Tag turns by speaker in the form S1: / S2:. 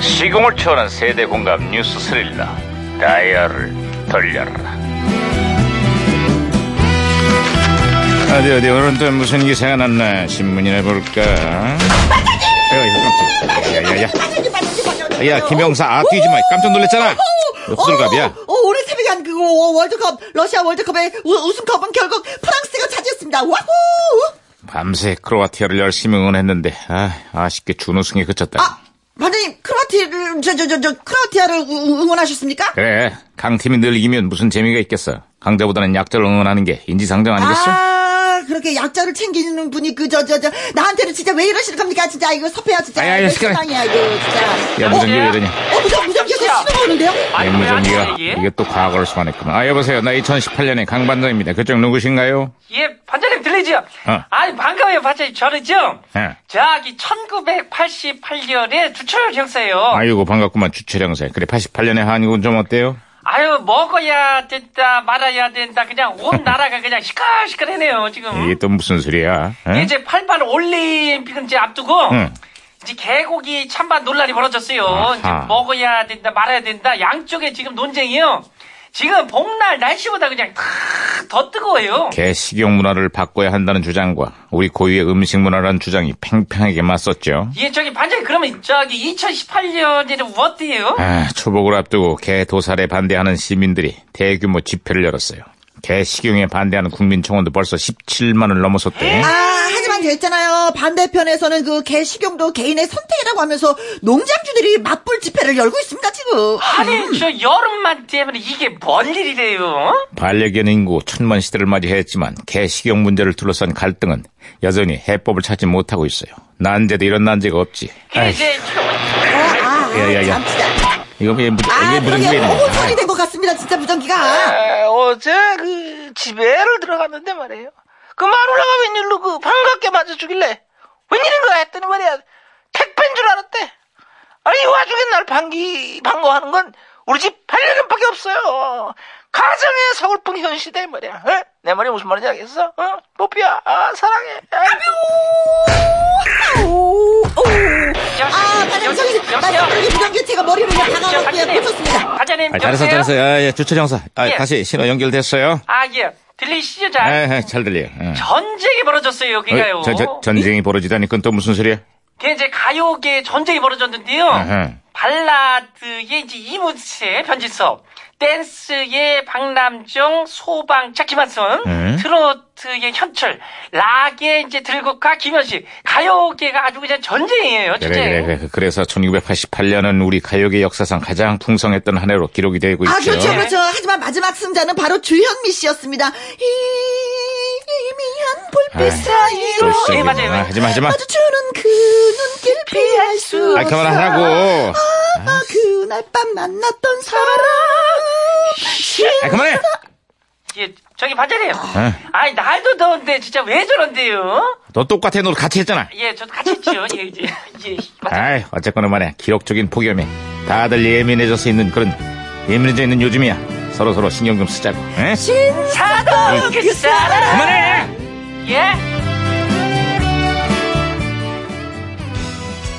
S1: 시공을 초월한 세대 공감 뉴스 스릴러 다이얼을 돌려라 어디 어디 오늘은 또 무슨 기사가 났나 신문이나 볼까 어, 야야야야
S2: 반장님, 반장님, 반장님.
S1: 야 김영사 아 뛰지마 깜짝 놀랐잖아 흡술갑이야
S2: 어, 어, 오늘 새벽에 한 그 월드컵 러시아 월드컵의 우- 우승컵은 결국 프랑스가 차지했습니다. 와후!
S1: 밤새 크로아티아를 열심히 응원했는데 아, 아쉽게 준우승에 그쳤다
S2: 아, 반장님 크로아티를 저저 저 저 크로아티아를 우- 우- 응원하셨습니까?
S1: 그래 강팀이 늘 이기면 무슨 재미가 있겠어 강자보다는 약자를 응원하는 게 인지상정 아니겠어?
S2: 아, 그렇게 약자를 챙기는 분이 그 저 저 저 나한테는 진짜 왜 이러시는 겁니까? 진짜 이거 섭해야 진짜.
S1: 아이, 아이,
S2: 이거
S1: 시끄러.
S2: 실망이야 이거 진짜.
S1: 야 무슨 일이 이러냐
S2: 어, 무전 무전기에서 신호가 오는데요?
S1: 예,
S3: 아니,
S1: 무전
S3: 왜
S1: 기
S3: 안
S1: 가
S3: 돼, 얘?
S1: 이게 또 과거를 소환했구나. 아 여보세요, 나 2018년의 강반장입니다. 그쪽 누구신가요?
S3: 예, 반장님 들리죠?
S1: 어.
S3: 아니, 반가워요, 반장님. 저는요,
S1: 예.
S3: 저기 1988년에 주철 형사예요.
S1: 아이고 반갑구만 주최령사. 그래 88년의 한국은 좀 어때요?
S3: 아유, 먹어야 된다, 말아야 된다. 그냥 온 나라가 그냥 시끌시끌하네요, 지금.
S1: 이게 또 무슨 소리야? 응?
S3: 예, 이제 88 올림픽은 이제 앞두고,
S1: 응.
S3: 이제 개고기 찬반 논란이 벌어졌어요. 이제
S1: 아하.
S3: 먹어야 된다, 말아야 된다. 양쪽에 지금 논쟁이요. 지금 봄날 날씨보다 그냥 탁 더 뜨거워요.
S1: 개 식용 문화를 바꿔야 한다는 주장과 우리 고유의 음식 문화라는 주장이 팽팽하게 맞섰죠.
S3: 예, 저기 반장님 그러면 저기 2018년에는 워트예요?
S1: 아, 초복을 앞두고 개 도살에 반대하는 시민들이 대규모 집회를 열었어요. 개 식용에 반대하는 국민청원도 벌써 17만을
S3: 예?
S1: 넘어섰대.
S2: 아, 하지만 됐잖아요. 반대편에서는 그 개식용도 개인의 선택이라고 하면서 농장주들이 맞불 집회를 열고 있습니다, 지금.
S3: 아니 저 여름만 되면 이게 뭔 일이래요?
S1: 반려견 인구 천만 시대를 맞이했지만 개식용 문제를 둘러싼 갈등은 여전히 해법을 찾지 못하고 있어요. 난제도 이런 난제가 없지.
S3: 그래 이제
S1: 네.
S2: 아, 아, 아,
S1: 야, 야, 야.
S2: 참치다.
S1: 이거 왜 무슨
S2: 아,
S1: 예, 이게 무슨
S2: 그러게
S1: 일이냐?
S2: 오골판이 된 것 같습니다, 진짜 무전기가.
S4: 아, 어제 그 집에를 들어갔는데 말이에요. 그만 올라가 웬일로 그 반갑게 맞아 주길래 웬일인 거야 했더니 말이야 택배인 줄 알았대. 아니 이 와중에 날 반기 반가하는 건 우리 집 반려견밖에 없어요. 가정의 서울풍 현시대 말이야. 어? 내 말이 무슨 말인지 알겠어? 어? 뽀삐야 아, 사랑해. 아이고.
S2: 오, 오. 아, 반장님,
S3: 여보세요?
S2: 저기, 반장님, 이 무전기 제가 머리로 그냥 다가가고
S3: 반장님.
S2: 꽂혔습니다.
S3: 반장님
S1: 아, 잘했어,
S3: 여보세요?
S1: 잘했어. 아, 예, 주차 정사. 아,
S3: 예.
S1: 다시 신호 연결됐어요.
S3: 아 예, 들리시죠
S1: 아,
S3: 잘?
S1: 아, 잘 들려요. 응.
S3: 전쟁이 벌어졌어요 여기가요.
S1: 어, 저, 저, 전쟁이 벌어지다니 그건 또 무슨 소리야?
S3: 그게 이제 가요계 전쟁이 벌어졌는데요.
S1: 아하.
S3: 발라드의 이제 이문세 변진섭, 댄스의 박남정, 소방 차키만son,
S1: 음.
S3: 트로트의 현철, 락의 이제 들국화 김현식, 가요계가 아주 그냥 전쟁이에요.
S1: 그래,
S3: 전쟁.
S1: 그래, 그래. 그래서 1988년은 우리 가요계 역사상 가장 풍성했던 한 해로 기록이 되고 있죠.
S2: 아, 그렇죠, 그렇죠. 하지만 마지막 승자는 바로 주현미 씨였습니다. 희미한 불빛
S1: 아이,
S2: 사이로.
S1: 또 시작이야.
S3: 예, 맞아요, 맞아요.
S1: 하지마, 하지마.
S2: 마주치는 그 눈길 피할 수
S1: 아,
S2: 없어.
S1: 그만하라고.
S2: 아, 그날 밤 만났던 사람.
S1: 아, 그만해.
S3: 예, 저기 반장님.
S1: 응.
S3: 아니, 날도 더운데 진짜 왜 저런데요?
S1: 너 똑같아, 너 같이 했잖아.
S3: 예, 저도 같이 했죠. 예, 이제. 예, 맞아요.
S1: 아이, 어쨌거나 말이야. 기록적인 폭염에 다들 예민해져서 있는 그런, 예민해져 있는 요즘이야. 서로서로 신경 좀 쓰자고. 에?
S2: 진사도
S3: 그 사람!
S1: 그만해!
S3: 예?